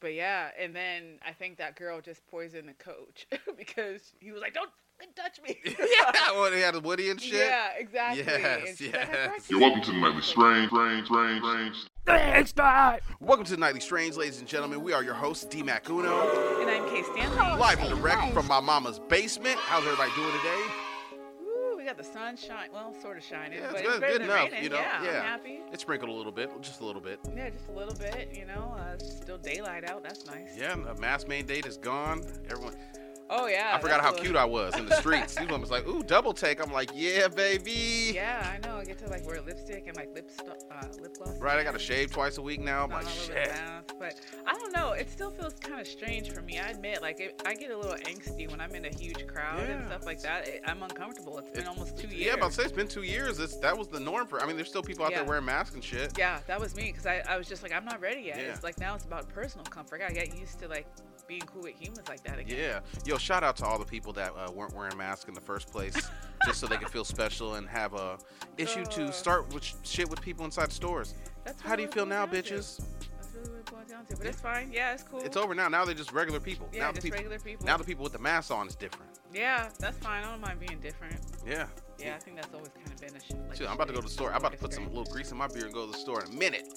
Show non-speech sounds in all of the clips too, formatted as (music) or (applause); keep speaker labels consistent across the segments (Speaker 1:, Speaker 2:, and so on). Speaker 1: But yeah, and then I think that girl just poisoned the coach (laughs) because he was like, "Don't fucking touch me."
Speaker 2: (laughs)
Speaker 1: (laughs)
Speaker 2: yeah, well, they had a Woody and shit.
Speaker 1: Yeah, exactly.
Speaker 2: Yes,
Speaker 1: And she's like, "I
Speaker 2: yes.
Speaker 1: practiced
Speaker 3: You're welcome to the
Speaker 1: it."
Speaker 3: nightly strange, strange, strange, strange.
Speaker 2: Welcome to Nightly Strange, ladies and gentlemen. We are your hosts, D Mac Uno,
Speaker 1: And I'm Kay Stanley.
Speaker 2: live and direct from my mama's basement. How's everybody doing today?
Speaker 1: Ooh, we got the sun shine. Well, sort of shining,
Speaker 2: Yeah,
Speaker 1: but
Speaker 2: it's
Speaker 1: it's
Speaker 2: good,
Speaker 1: better
Speaker 2: good
Speaker 1: than
Speaker 2: enough,
Speaker 1: raining.
Speaker 2: you know.
Speaker 1: yeah,
Speaker 2: yeah.
Speaker 1: I'm happy.
Speaker 2: It sprinkled a little bit, just a little bit.
Speaker 1: Yeah, just a little bit. You know, uh, it's still daylight out. That's nice.
Speaker 2: Yeah, the mass mandate is gone. Everyone,
Speaker 1: Oh yeah.
Speaker 2: I forgot
Speaker 1: that's
Speaker 2: how
Speaker 1: a-
Speaker 2: cute I was in the streets. These women was like, "Ooh, double take." I'm like, "Yeah, baby."
Speaker 1: Yeah, I know. I get to like wear lipstick and like lip stu- uh, lip gloss.
Speaker 2: Right, I gotta shave twice a week now. I'm
Speaker 1: Not
Speaker 2: like,
Speaker 1: a little
Speaker 2: shit.
Speaker 1: bit balanced, but I don't know. It still feels kind of strange for me. I admit, like it, I get a little angsty when I'm in a huge crowd and
Speaker 2: Yeah.
Speaker 1: stuff like that. It, I'm uncomfortable. It's been
Speaker 2: It-
Speaker 1: almost two years.
Speaker 2: Yeah, but say it's been two years. It's that was the norm for. I mean, there's still people out
Speaker 1: Yeah.
Speaker 2: there wearing masks and shit.
Speaker 1: Yeah, that was me because I, I was just like, I'm not ready yet.
Speaker 2: Yeah.
Speaker 1: It's like now it's about personal comfort. I got used to like being cool with humans like that again.
Speaker 2: Yeah. Yo, shout out to all the people that uh, weren't wearing masks in the first place,
Speaker 1: (laughs)
Speaker 2: just so they could feel special and have a issue
Speaker 1: Uh.
Speaker 2: to start with sh- shit with people inside stores.
Speaker 1: That's
Speaker 2: How do you
Speaker 1: really
Speaker 2: feel
Speaker 1: what it
Speaker 2: now,
Speaker 1: boils down to.
Speaker 2: bitches?
Speaker 1: That's really what it boils down to. But it's fine. Yeah, it's cool.
Speaker 2: It's over now. Now they're just regular people.
Speaker 1: Yeah,
Speaker 2: now the
Speaker 1: just
Speaker 2: people.
Speaker 1: regular people.
Speaker 2: Now the people with the masks on is different.
Speaker 1: yeah, that's fine. I don't mind being different.
Speaker 2: Yeah.
Speaker 1: Yeah, I think that's always kind of been a sh- like
Speaker 2: Shoot,
Speaker 1: a
Speaker 2: I'm about to go to the
Speaker 1: shitty
Speaker 2: store. I'm about to put some
Speaker 1: experience.
Speaker 2: little grease in my beer and go to the store in a minute.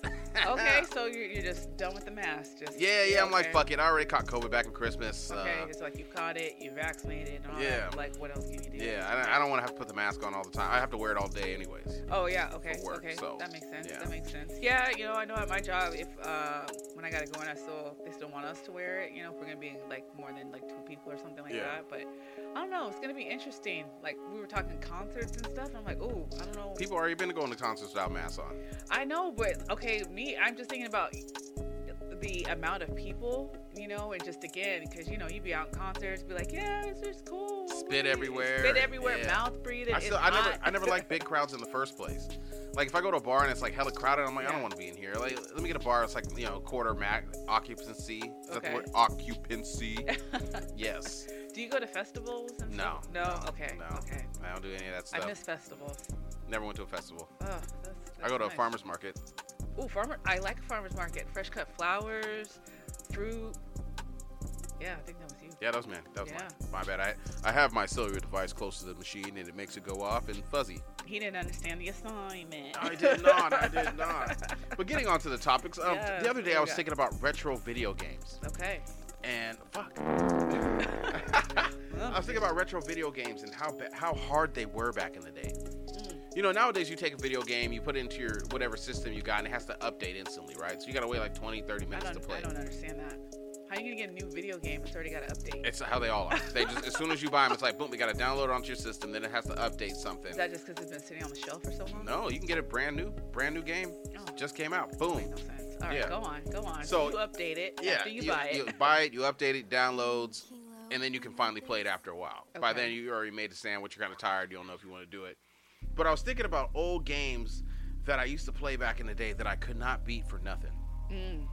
Speaker 1: okay, so you're, you're just done with the mask. Just
Speaker 2: yeah, yeah. I'm like,
Speaker 1: okay.
Speaker 2: fuck it. I already caught COVID back in Christmas.
Speaker 1: Okay,
Speaker 2: Uh,
Speaker 1: it's like you caught it, you're vaccinated, and all
Speaker 2: Yeah.
Speaker 1: that. Like, what else can you do?
Speaker 2: yeah, I, I don't want to have to put the mask on all the time. I have to wear it all day, anyways.
Speaker 1: Oh yeah, okay,
Speaker 2: work,
Speaker 1: okay,
Speaker 2: so,
Speaker 1: that makes sense.
Speaker 2: yeah.
Speaker 1: That makes sense. Yeah, you know, I know at my job, if uh, when I gotta go in, I still they still want us to wear it. You know, if we're gonna be like more than like two people or something like
Speaker 2: Yeah.
Speaker 1: that. But I don't know, it's gonna be interesting. Like we were talking concerts and stuff. I'm like, oh, I don't know.
Speaker 2: People already been going to concerts without masks on.
Speaker 1: I know, but okay, me, I'm just thinking about the amount of people, you know, and just again, because you know, you be out in concerts, be like, yeah, it's just cool.
Speaker 2: Spit
Speaker 1: woo,"
Speaker 2: everywhere,
Speaker 1: spit everywhere,
Speaker 2: yeah.
Speaker 1: mouth breathing.
Speaker 2: I
Speaker 1: it's
Speaker 2: still, I never,
Speaker 1: hot.
Speaker 2: I never like big crowds in the first place. Like if I go to a bar and it's like hella crowded, I'm like, I
Speaker 1: Yeah.
Speaker 2: don't want to be in here. Like, let me get a bar. It's like you know, quarter max occupancy. Is that
Speaker 1: Okay.
Speaker 2: the word? Occupancy.
Speaker 1: (laughs)
Speaker 2: yes.
Speaker 1: Do you go to festivals? And
Speaker 2: No.
Speaker 1: stuff? No. Okay.
Speaker 2: No.
Speaker 1: Okay.
Speaker 2: I don't do any of that
Speaker 1: I
Speaker 2: stuff.
Speaker 1: miss festivals.
Speaker 2: Never went to a festival.
Speaker 1: Ugh, that's, that's
Speaker 2: I go to
Speaker 1: nice.
Speaker 2: a farmer's market.
Speaker 1: Ooh, farmer. I like farmers market. Fresh cut flowers, fruit. Yeah, I think that was you.
Speaker 2: Yeah, that was man. That was
Speaker 1: Yeah.
Speaker 2: my, my bad. I, I have my cellular device close to the machine and it makes it go off and
Speaker 1: (laughs)
Speaker 2: fuzzy.
Speaker 1: He didn't understand the assignment.
Speaker 2: I did not. I did not. But getting on to the topics, um,
Speaker 1: Yes,
Speaker 2: the other
Speaker 1: what
Speaker 2: day
Speaker 1: we
Speaker 2: I was
Speaker 1: got?
Speaker 2: thinking about retro video games
Speaker 1: (laughs) okay.
Speaker 2: and fuck.
Speaker 1: Well,
Speaker 2: I was thinking about retro video games and how ba- how hard they were back in the day.
Speaker 1: Mm.
Speaker 2: You know, nowadays you take a video game, you put it into your whatever system you got, and it has to update instantly, right? So you gotta wait like 20, 30
Speaker 1: I
Speaker 2: minutes to
Speaker 1: don't,
Speaker 2: play.
Speaker 1: I don't understand that. How are you gonna get a new video game if it's already got an update?
Speaker 2: It's how they all are. They just as soon as you buy them, it's like boom, we gotta download it onto your system, then it has to update something.
Speaker 1: Is that just because it's been sitting on the shelf for so long?
Speaker 2: No, you can get a brand new, brand new game.
Speaker 1: Oh,
Speaker 2: Just came out.
Speaker 1: makes
Speaker 2: Boom.
Speaker 1: no sense. All right,
Speaker 2: Yeah.
Speaker 1: go on, go on.
Speaker 2: So-
Speaker 1: you update it
Speaker 2: Yeah.
Speaker 1: after you, buy it.
Speaker 2: You buy it, you update it, downloads, and then you can finally play it after a while. By
Speaker 1: Okay.
Speaker 2: then, you already made a sandwich. You're kind of tired. You don't know if you want to do it. But I was thinking about old games that I used to play back in the day that I could not beat for nothing
Speaker 1: Mm,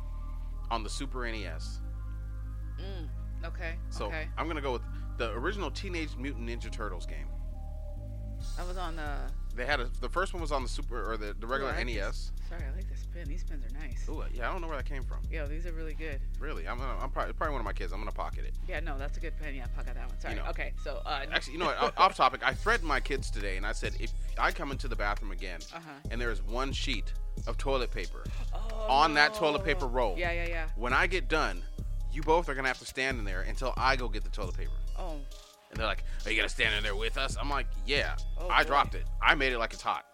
Speaker 2: on the Super NES.
Speaker 1: mm. Okay.
Speaker 2: So
Speaker 1: okay.
Speaker 2: I'm gonna go with the original Teenage Mutant Ninja Turtles game.
Speaker 1: I was on the.
Speaker 2: They had a, the first one was on the Super or the, the regular
Speaker 1: I like
Speaker 2: NES.
Speaker 1: Sorry, I like this pin. These pins are nice.
Speaker 2: Ooh, yeah, I don't know where that came from.
Speaker 1: Yo, these are really good.
Speaker 2: Really, I'm gonna, I'm probably, probably one of my kids. I'm gonna pocket it.
Speaker 1: Yeah, no, that's a good pen. Yeah, pocket that one. Sorry.
Speaker 2: know.
Speaker 1: Okay, so uh,
Speaker 2: Actually, you know what? o- Off topic. I threatened my kids today, and I said, if I come into the bathroom again,
Speaker 1: Uh-huh.
Speaker 2: and there is one sheet of toilet paper
Speaker 1: oh,
Speaker 2: on that toilet
Speaker 1: no.
Speaker 2: paper roll,
Speaker 1: Yeah, yeah, yeah.
Speaker 2: when I get done, you both are gonna have to stand in there until I go get the toilet paper.
Speaker 1: Oh,
Speaker 2: And they're like, "Are you gonna stand in there with us?" I'm like, "Yeah,
Speaker 1: Oh,
Speaker 2: I
Speaker 1: boy.
Speaker 2: dropped it. I made it like it's hot.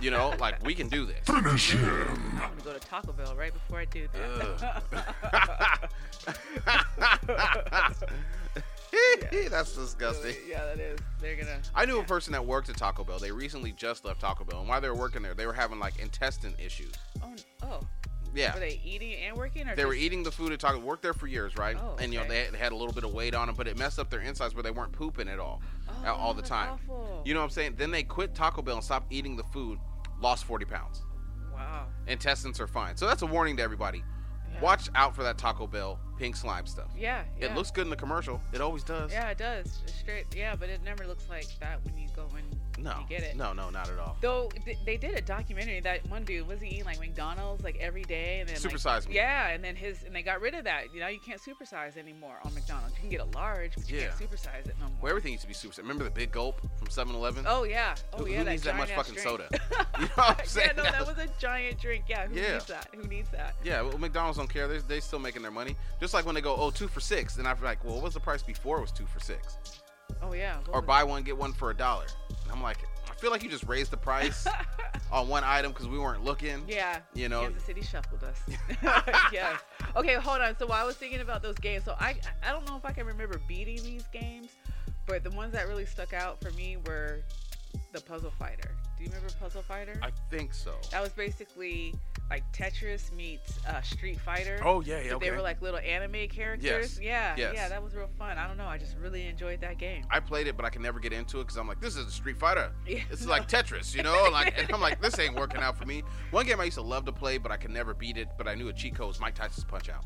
Speaker 2: you know, like we can do this."
Speaker 3: Finish him.
Speaker 1: I'm gonna go to Taco Bell right before I do that.
Speaker 2: (laughs)
Speaker 1: (laughs)
Speaker 2: That's (laughs) disgusting.
Speaker 1: yeah, that is. They're gonna.
Speaker 2: I knew a person that worked at Taco Bell. They recently just left Taco Bell, and while they were working there, they were having like intestine issues.
Speaker 1: Oh, n- oh.
Speaker 2: Yeah.
Speaker 1: Were they eating and working, or
Speaker 2: They were
Speaker 1: just-
Speaker 2: eating the food at Taco. Worked there for years, right?
Speaker 1: Oh,
Speaker 2: And you know
Speaker 1: okay.
Speaker 2: they, they had a little bit of weight on them, but it messed up their insides where they weren't pooping at all,
Speaker 1: Oh,
Speaker 2: uh, all the
Speaker 1: that's
Speaker 2: time.
Speaker 1: awful.
Speaker 2: You know what I'm saying? Then they quit Taco Bell and stopped eating the food, lost 40 pounds.
Speaker 1: Wow.
Speaker 2: Intestines are fine, so that's a warning to everybody.
Speaker 1: Yeah.
Speaker 2: Watch out for that Taco Bell pink slime stuff.
Speaker 1: Yeah, yeah.
Speaker 2: It looks good in the commercial. It always does.
Speaker 1: Yeah, it does. It's straight. Yeah, but it never looks like that when you go in.
Speaker 2: No.
Speaker 1: You get it.
Speaker 2: No, no, not at all.
Speaker 1: Though th- they did a documentary that one dude was he eating like McDonald's like every day and then like,
Speaker 2: Supersize me.
Speaker 1: yeah and then his and they got rid of that you know you can't supersize anymore on McDonald's you can get a large but you
Speaker 2: Yeah.
Speaker 1: can't supersize it no more.
Speaker 2: Well, everything used to be super. Remember the big gulp from 7-Eleven?
Speaker 1: Oh yeah. Oh
Speaker 2: who,
Speaker 1: yeah.
Speaker 2: who needs that much
Speaker 1: giant-ass
Speaker 2: fucking
Speaker 1: drink.
Speaker 2: soda? (laughs) You know what I'm saying?
Speaker 1: (laughs) yeah, no,
Speaker 2: (laughs)
Speaker 1: that was a giant drink. Yeah, who
Speaker 2: Yeah.
Speaker 1: needs that? Who needs that?
Speaker 2: Yeah, well, McDonald's don't care. They they still making their money. Just like when they go, oh, two for six, and I'm like, well, what was the price before? It was two for six,
Speaker 1: Oh yeah. what
Speaker 2: or
Speaker 1: was
Speaker 2: buy one get one for a dollar. And I'm like, I feel like you just raised
Speaker 1: (laughs)
Speaker 2: the price on one item because we weren't looking.
Speaker 1: it? Yeah.
Speaker 2: you know.
Speaker 1: Kansas City shuffled us. (laughs) yes. Okay, hold on. So while I was thinking about those games, so I I don't know if I can remember beating these games, but the ones that really stuck out for me were the Puzzle Fighter. Do you remember Puzzle Fighter?
Speaker 2: I think so.
Speaker 1: that was basically like Tetris meets uh, Street Fighter.
Speaker 2: Oh yeah, yeah.
Speaker 1: But They were like little anime characters. Yeah,
Speaker 2: Yes.
Speaker 1: yeah, that was real fun. I don't know. I just really enjoyed that game.
Speaker 2: I played it, but I can never get into it because I'm like, this is a
Speaker 1: (laughs)
Speaker 2: Street Fighter.
Speaker 1: Yeah.
Speaker 2: It's like Tetris, you know? Like, and I'm like, this ain't working out for me. One game I used to love to play, but I could never beat it. But I knew a cheat code was Mike Tyson's Punch Out.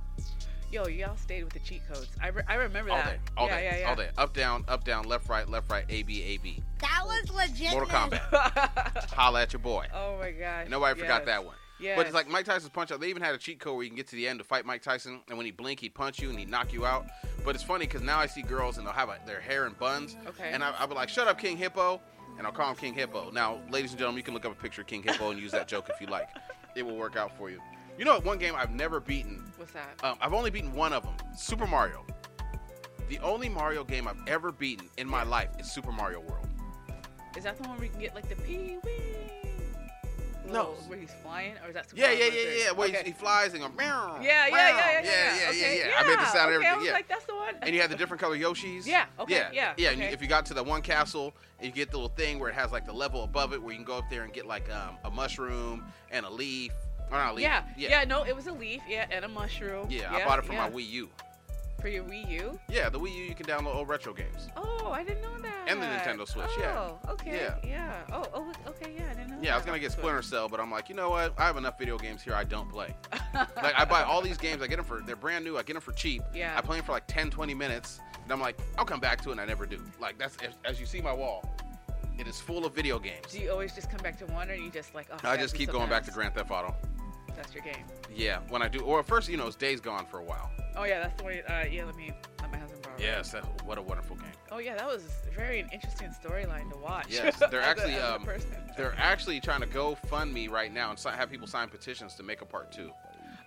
Speaker 1: Yo, y'all stayed with the cheat codes. I, re- I remember
Speaker 2: All
Speaker 1: that.
Speaker 2: day, all
Speaker 1: yeah,
Speaker 2: day,
Speaker 1: yeah, yeah.
Speaker 2: all day. Up down, up down, left right, left right, A B A B.
Speaker 4: That was legit.
Speaker 2: Mortal Kombat. Holla at your boy.
Speaker 1: (laughs) oh my gosh.
Speaker 2: Nobody forgot
Speaker 1: yes,
Speaker 2: that one.
Speaker 1: Yes.
Speaker 2: But it's like Mike Tyson's punch out. They even had a cheat code where you can get to the end to fight Mike Tyson, and when he blink, he punch you and he knock you out. But it's funny because now I see girls and they'll have a, their hair in buns,
Speaker 1: Okay.
Speaker 2: and I, I'll be like, "Shut up, King Hippo," and I'll call him King Hippo. Now, ladies and gentlemen, you can look up a picture of King Hippo and use that joke if you like. It will work out for you. You know, what? one game I've never beaten.
Speaker 1: What's that?
Speaker 2: Um, I've only beaten one of them, Super Mario. The only Mario game I've ever beaten in my life is Super Mario World.
Speaker 1: Is that the one where you can get like the pee wee?
Speaker 2: No.
Speaker 1: Little- Where he's flying, or is that? Super
Speaker 2: Yeah,
Speaker 1: Mario
Speaker 2: yeah, yeah,
Speaker 1: Brothers?
Speaker 2: yeah. Where he-
Speaker 1: Okay.
Speaker 2: he flies and goes, meow,
Speaker 1: Yeah, yeah, yeah, yeah, yeah,
Speaker 2: meow. yeah, yeah,
Speaker 1: okay,
Speaker 2: yeah, yeah. I made the sound
Speaker 1: okay,
Speaker 2: of
Speaker 1: I
Speaker 2: everything.
Speaker 1: was
Speaker 2: Yeah.
Speaker 1: like, (laughs) that's the one.
Speaker 2: and you had the different color Yoshis.
Speaker 1: Yeah, okay, yeah,
Speaker 2: yeah. and
Speaker 1: okay.
Speaker 2: if you got to the one castle, and you get the little thing where it has like the level above it, where you can go up there and get like um, a mushroom and a leaf, or not a leaf.
Speaker 1: yeah,
Speaker 2: yeah,
Speaker 1: No, it was a leaf. Yeah, and a mushroom.
Speaker 2: Yeah, I bought it from
Speaker 1: yeah.
Speaker 2: my Wii U.
Speaker 1: For your Wii U.
Speaker 2: Yeah, the Wii U you can download old retro games.
Speaker 1: Oh, I didn't know that.
Speaker 2: And the Nintendo Switch,
Speaker 1: Oh,
Speaker 2: yeah.
Speaker 1: okay.
Speaker 2: Yeah.
Speaker 1: yeah. Oh, oh, okay. Yeah, I didn't know.
Speaker 2: Yeah, I was
Speaker 1: that about
Speaker 2: gonna get
Speaker 1: the Switch.
Speaker 2: Splinter Cell, but I'm like, you know what? I have enough video games here I don't play. like I buy all these games, I get them for they're brand new, I get them for cheap.
Speaker 1: Yeah.
Speaker 2: I play them for like 10, 20 minutes, and I'm like, I'll come back to it, and I never do. Like that's as, as you see my wall, it is full of video games.
Speaker 1: Do you always just come back to one, or you just like? Oh,
Speaker 2: I
Speaker 1: gotta
Speaker 2: just
Speaker 1: do
Speaker 2: keep
Speaker 1: something
Speaker 2: going back
Speaker 1: else?
Speaker 2: to Grand Theft Auto.
Speaker 1: That's your game.
Speaker 2: Yeah, when I do, or first, you know, it's Days Gone for a while.
Speaker 1: Oh yeah, that's the way. Uh, yeah, let me let my husband borrow. it.
Speaker 2: Yes, that, what a wonderful game.
Speaker 1: Oh yeah, that was very an interesting storyline to watch.
Speaker 2: Yes,
Speaker 1: (laughs)
Speaker 2: they're
Speaker 1: As a-
Speaker 2: actually,
Speaker 1: as a
Speaker 2: um,
Speaker 1: person.
Speaker 2: They're actually trying to go fund me right now and si- have people sign petitions to make a part two.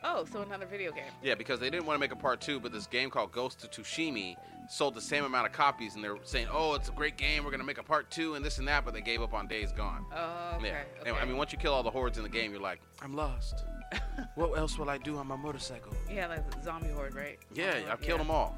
Speaker 1: Oh, so another video game.
Speaker 2: Yeah, because they didn't want to make a part two, but this game called Ghost of Tsushima sold the same amount of copies, and they're saying, "Oh, it's a great game. We're gonna make a part two and this and that," but they gave up on Days Gone.
Speaker 1: Oh, okay.
Speaker 2: Yeah.
Speaker 1: okay.
Speaker 2: And, I mean, once you kill all the hordes in the game, you're like, I'm
Speaker 1: (laughs)
Speaker 2: lost. what else will I do on my motorcycle?
Speaker 1: yeah, like the zombie horde, right?
Speaker 2: Yeah,
Speaker 1: Zombie
Speaker 2: I've
Speaker 1: horde,
Speaker 2: killed
Speaker 1: yeah.
Speaker 2: them all.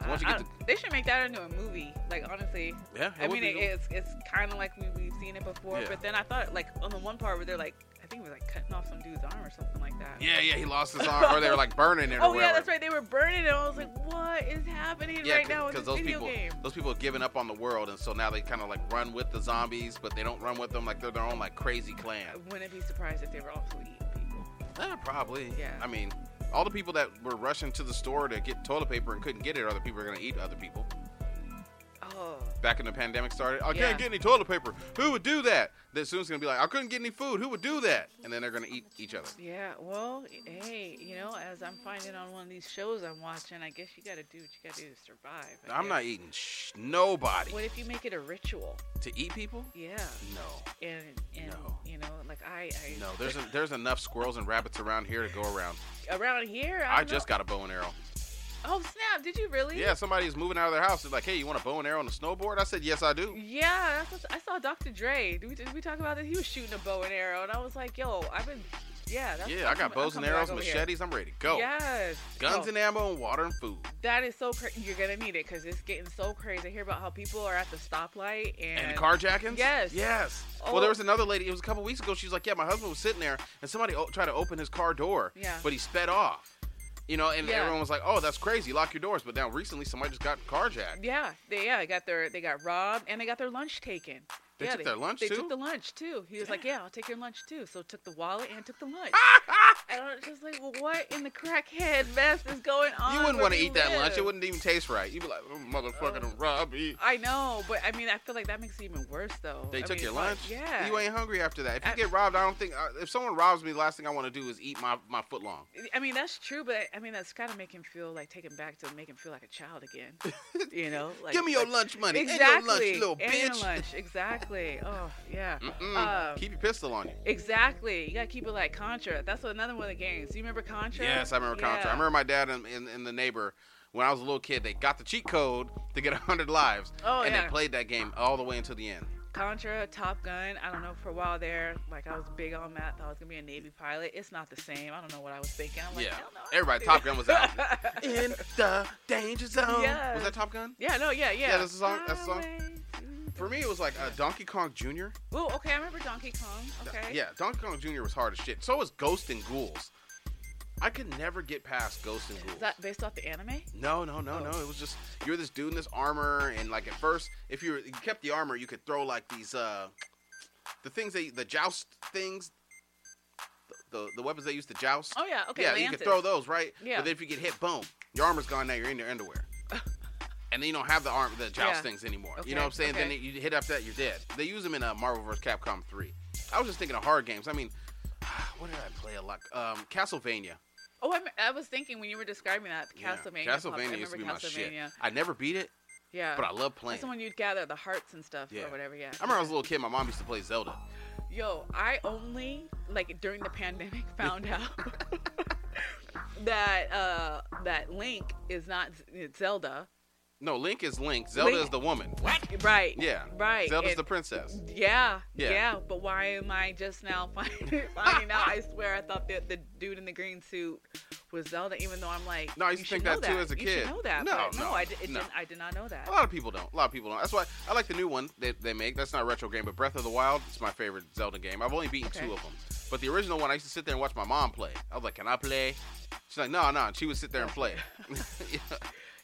Speaker 1: I-
Speaker 2: Once you get
Speaker 1: I-
Speaker 2: to
Speaker 1: they should make that into a movie. Like honestly,
Speaker 2: yeah,
Speaker 1: I mean,
Speaker 2: would
Speaker 1: it,
Speaker 2: be-
Speaker 1: it's it's kind of like we we've seen it before.
Speaker 2: Yeah.
Speaker 1: But then I thought like on the one part where they're like, I think it was like cutting off some dude's arm or something like that.
Speaker 2: yeah, yeah. He lost his arm, or they were like burning it.
Speaker 1: Oh
Speaker 2: or
Speaker 1: yeah,
Speaker 2: whatever.
Speaker 1: that's right. They were burning, and I was like, "What is happening
Speaker 2: Yeah,
Speaker 1: right now with this
Speaker 2: those
Speaker 1: video
Speaker 2: people,
Speaker 1: game?"
Speaker 2: those people have given up on the world, and so now they kind of like run with the zombies, but they don't run with them like they're their own like crazy clan.
Speaker 1: I wouldn't be surprised if they were also eating people.
Speaker 2: Eh, probably.
Speaker 1: Yeah.
Speaker 2: I mean, all the people that were rushing to the store to get toilet paper and couldn't get it, other people are gonna eat other people.
Speaker 1: Oh,
Speaker 2: Back when the pandemic started, I
Speaker 1: Yeah.
Speaker 2: can't get any toilet paper. Who would do that? Then soon it's gonna be like, I couldn't get any food. Who would do that? And then they're gonna eat each other.
Speaker 1: yeah. Well, hey, you know, as I'm finding on one of these shows I'm watching, I guess you got to do what you got to do to survive. I
Speaker 2: I'm
Speaker 1: guess.
Speaker 2: not eating sh- nobody
Speaker 1: What if you make it a ritual?
Speaker 2: to eat people.
Speaker 1: Yeah,
Speaker 2: No,
Speaker 1: and and
Speaker 2: No.
Speaker 1: you know, like I, I
Speaker 2: no. There's a, there's enough squirrels and rabbits around here to go around.
Speaker 1: around here. I,
Speaker 2: I
Speaker 1: don't
Speaker 2: just
Speaker 1: know.
Speaker 2: got a bow and arrow.
Speaker 1: Oh snap! Did you really?
Speaker 2: Yeah, somebody's moving out of their house. They're like, hey, you want a bow and arrow and a snowboard? I said, yes, I do.
Speaker 1: Yeah, that's what, I saw Dr. Dre. Did we, did we talk about this? He was shooting a bow and arrow, and I was like, "Yo, I've been, yeah, that's
Speaker 2: Yeah, I
Speaker 1: I'm
Speaker 2: got
Speaker 1: coming-
Speaker 2: bows
Speaker 1: I'm
Speaker 2: and
Speaker 1: coming back
Speaker 2: arrows,
Speaker 1: over here.
Speaker 2: machetes. I'm ready to go.
Speaker 1: Yes.
Speaker 2: Guns
Speaker 1: Oh.
Speaker 2: and ammo and water and food.
Speaker 1: That is so crazy. You're gonna need it because it's getting so crazy. I hear about how people are at the stoplight and,
Speaker 2: And carjackings?
Speaker 1: Yes.
Speaker 2: Yes.
Speaker 1: Oh.
Speaker 2: Well, there was another lady. It was a couple weeks ago. She was like, "Yeah, my husband was sitting there, and somebody o- tried to open his car door.
Speaker 1: Yeah.
Speaker 2: But he sped off. You know, and
Speaker 1: Yeah.
Speaker 2: everyone was like, "Oh, that's crazy. Lock your doors." But now recently, somebody just got carjacked.
Speaker 1: yeah, they yeah they got their they got robbed and they got their lunch taken.
Speaker 2: They
Speaker 1: yeah,
Speaker 2: took their lunch
Speaker 1: they
Speaker 2: too? (laughs)
Speaker 1: took the lunch too. He was like, "Yeah, I'll take your lunch too." So took the wallet and took the lunch. And I'm just like, well, what in the crackhead mess is going on?
Speaker 2: you wouldn't
Speaker 1: where
Speaker 2: want to
Speaker 1: we
Speaker 2: eat that lunch.
Speaker 1: live?
Speaker 2: It wouldn't even taste right. You'd be like, oh, motherfucker,
Speaker 1: Oh.
Speaker 2: oh. rob me.
Speaker 1: I know, but I mean, I feel like that makes it even worse, though.
Speaker 2: They
Speaker 1: I
Speaker 2: took
Speaker 1: mean,
Speaker 2: your
Speaker 1: it's like,
Speaker 2: lunch.
Speaker 1: yeah.
Speaker 2: You ain't hungry after that. If you
Speaker 1: I-
Speaker 2: get robbed, I don't think. Uh, if someone robs me, the last thing I want to do is eat my my foot long.
Speaker 1: I mean, that's true, but I mean, that's got to make him feel like take him back to make him feel like a child
Speaker 2: (laughs)
Speaker 1: again. you know, like
Speaker 2: Give me your
Speaker 1: like-
Speaker 2: lunch money. And
Speaker 1: Exactly.
Speaker 2: your lunch, you little
Speaker 1: and your
Speaker 2: bitch.
Speaker 1: lunch. Exactly. Oh yeah.
Speaker 2: Mm-mm.
Speaker 1: Um,
Speaker 2: Keep your pistol on you.
Speaker 1: Exactly. You gotta keep it like Contra. That's another one of the games. You remember Contra?
Speaker 2: Yes, I remember Contra.
Speaker 1: Yeah.
Speaker 2: I remember my dad and, and, and the neighbor when I was a little kid. They got the cheat code to get (laughs) hundred lives,
Speaker 1: Oh
Speaker 2: and
Speaker 1: yeah.
Speaker 2: they played that game all the way until the
Speaker 1: (laughs)
Speaker 2: end.
Speaker 1: Contra, Top Gun. I don't know. For a while there, like I was big on that. Thought I was gonna be a Navy pilot. It's not the same. I don't know what I was thinking. I'm like,
Speaker 2: Yeah.
Speaker 1: hell no, I don't
Speaker 2: Everybody,
Speaker 1: do
Speaker 2: Top Gun was out.
Speaker 1: that.
Speaker 2: In the danger zone.
Speaker 1: Yeah.
Speaker 2: Was that Top Gun?
Speaker 1: (laughs) yeah. No. Yeah. Yeah.
Speaker 2: that's the song- that's the song.
Speaker 1: Highway to
Speaker 2: For me, it was like uh, Donkey Kong Jr.
Speaker 1: the- Ooh. Okay. I remember Donkey Kong. Okay.
Speaker 2: Yeah, Donkey Kong Jr. was hard as shit. So was Ghost and Ghouls. I could never get past Ghost and Ghouls.
Speaker 1: Is that based off the anime?
Speaker 2: No, no, no, no. It was just you're this dude in this armor, and like at first, if you, were, you kept the armor, you could throw like these uh, the things they the joust things, the the, the weapons they used to joust.
Speaker 1: Oh yeah. Okay.
Speaker 2: yeah,
Speaker 1: Lances.
Speaker 2: you could throw those right.
Speaker 1: Yeah.
Speaker 2: But then if you get hit, boom, your armor's gone. Now you're in your underwear.
Speaker 1: (laughs)
Speaker 2: And then you don't have the arm, the joust
Speaker 1: Yeah.
Speaker 2: things anymore.
Speaker 1: Okay,
Speaker 2: You know what I'm saying? Then
Speaker 1: okay.
Speaker 2: you hit after that, you're dead. They use them in uh, Marvel vs. Capcom 3. I was just thinking of hard games. I mean, (sighs) what did I play a lot? Um, Castlevania.
Speaker 1: Oh, I'm, I was thinking when you were describing that
Speaker 2: Yeah.
Speaker 1: Castlevania. popped- I
Speaker 2: Castlevania
Speaker 1: remember
Speaker 2: used to be my shit.
Speaker 1: Castlevania.
Speaker 2: I never beat it,
Speaker 1: Yeah.
Speaker 2: but I love playing.
Speaker 1: That's the one you'd gather the hearts and stuff
Speaker 2: Yeah.
Speaker 1: or whatever. Yeah.
Speaker 2: I remember I was a little kid. My mom used to play Zelda.
Speaker 1: Yo, I only like during the pandemic (laughs) found out that uh that Link is not Z- it's Zelda.
Speaker 2: No, Link is Link. Zelda
Speaker 1: Link-
Speaker 2: is the woman.
Speaker 1: Right.
Speaker 2: Yeah.
Speaker 1: Right.
Speaker 2: Zelda's
Speaker 1: and-
Speaker 2: the princess.
Speaker 1: yeah,
Speaker 2: Yeah.
Speaker 1: yeah, But why am I just now (laughs) finding, finding out? I swear, I thought that the dude in the green suit was Zelda, even though I'm like,
Speaker 2: No, I used
Speaker 1: you
Speaker 2: to
Speaker 1: should
Speaker 2: think
Speaker 1: know
Speaker 2: that too as a
Speaker 1: You
Speaker 2: kid.
Speaker 1: should know that.
Speaker 2: No,
Speaker 1: but
Speaker 2: no,
Speaker 1: I, did, it
Speaker 2: no. Ah.
Speaker 1: Didn't, I did not know that.
Speaker 2: A lot of people don't. A lot of people don't. That's why I like the new one that they make. That's not a retro game, but Breath of the Wild is my favorite Zelda game. I've only beaten
Speaker 1: Okay.
Speaker 2: two of them. But the original one, I used to sit there and watch my mom play. I was like, "Can I play?" She's like, "No, no." And she would sit there and play. (laughs) yeah.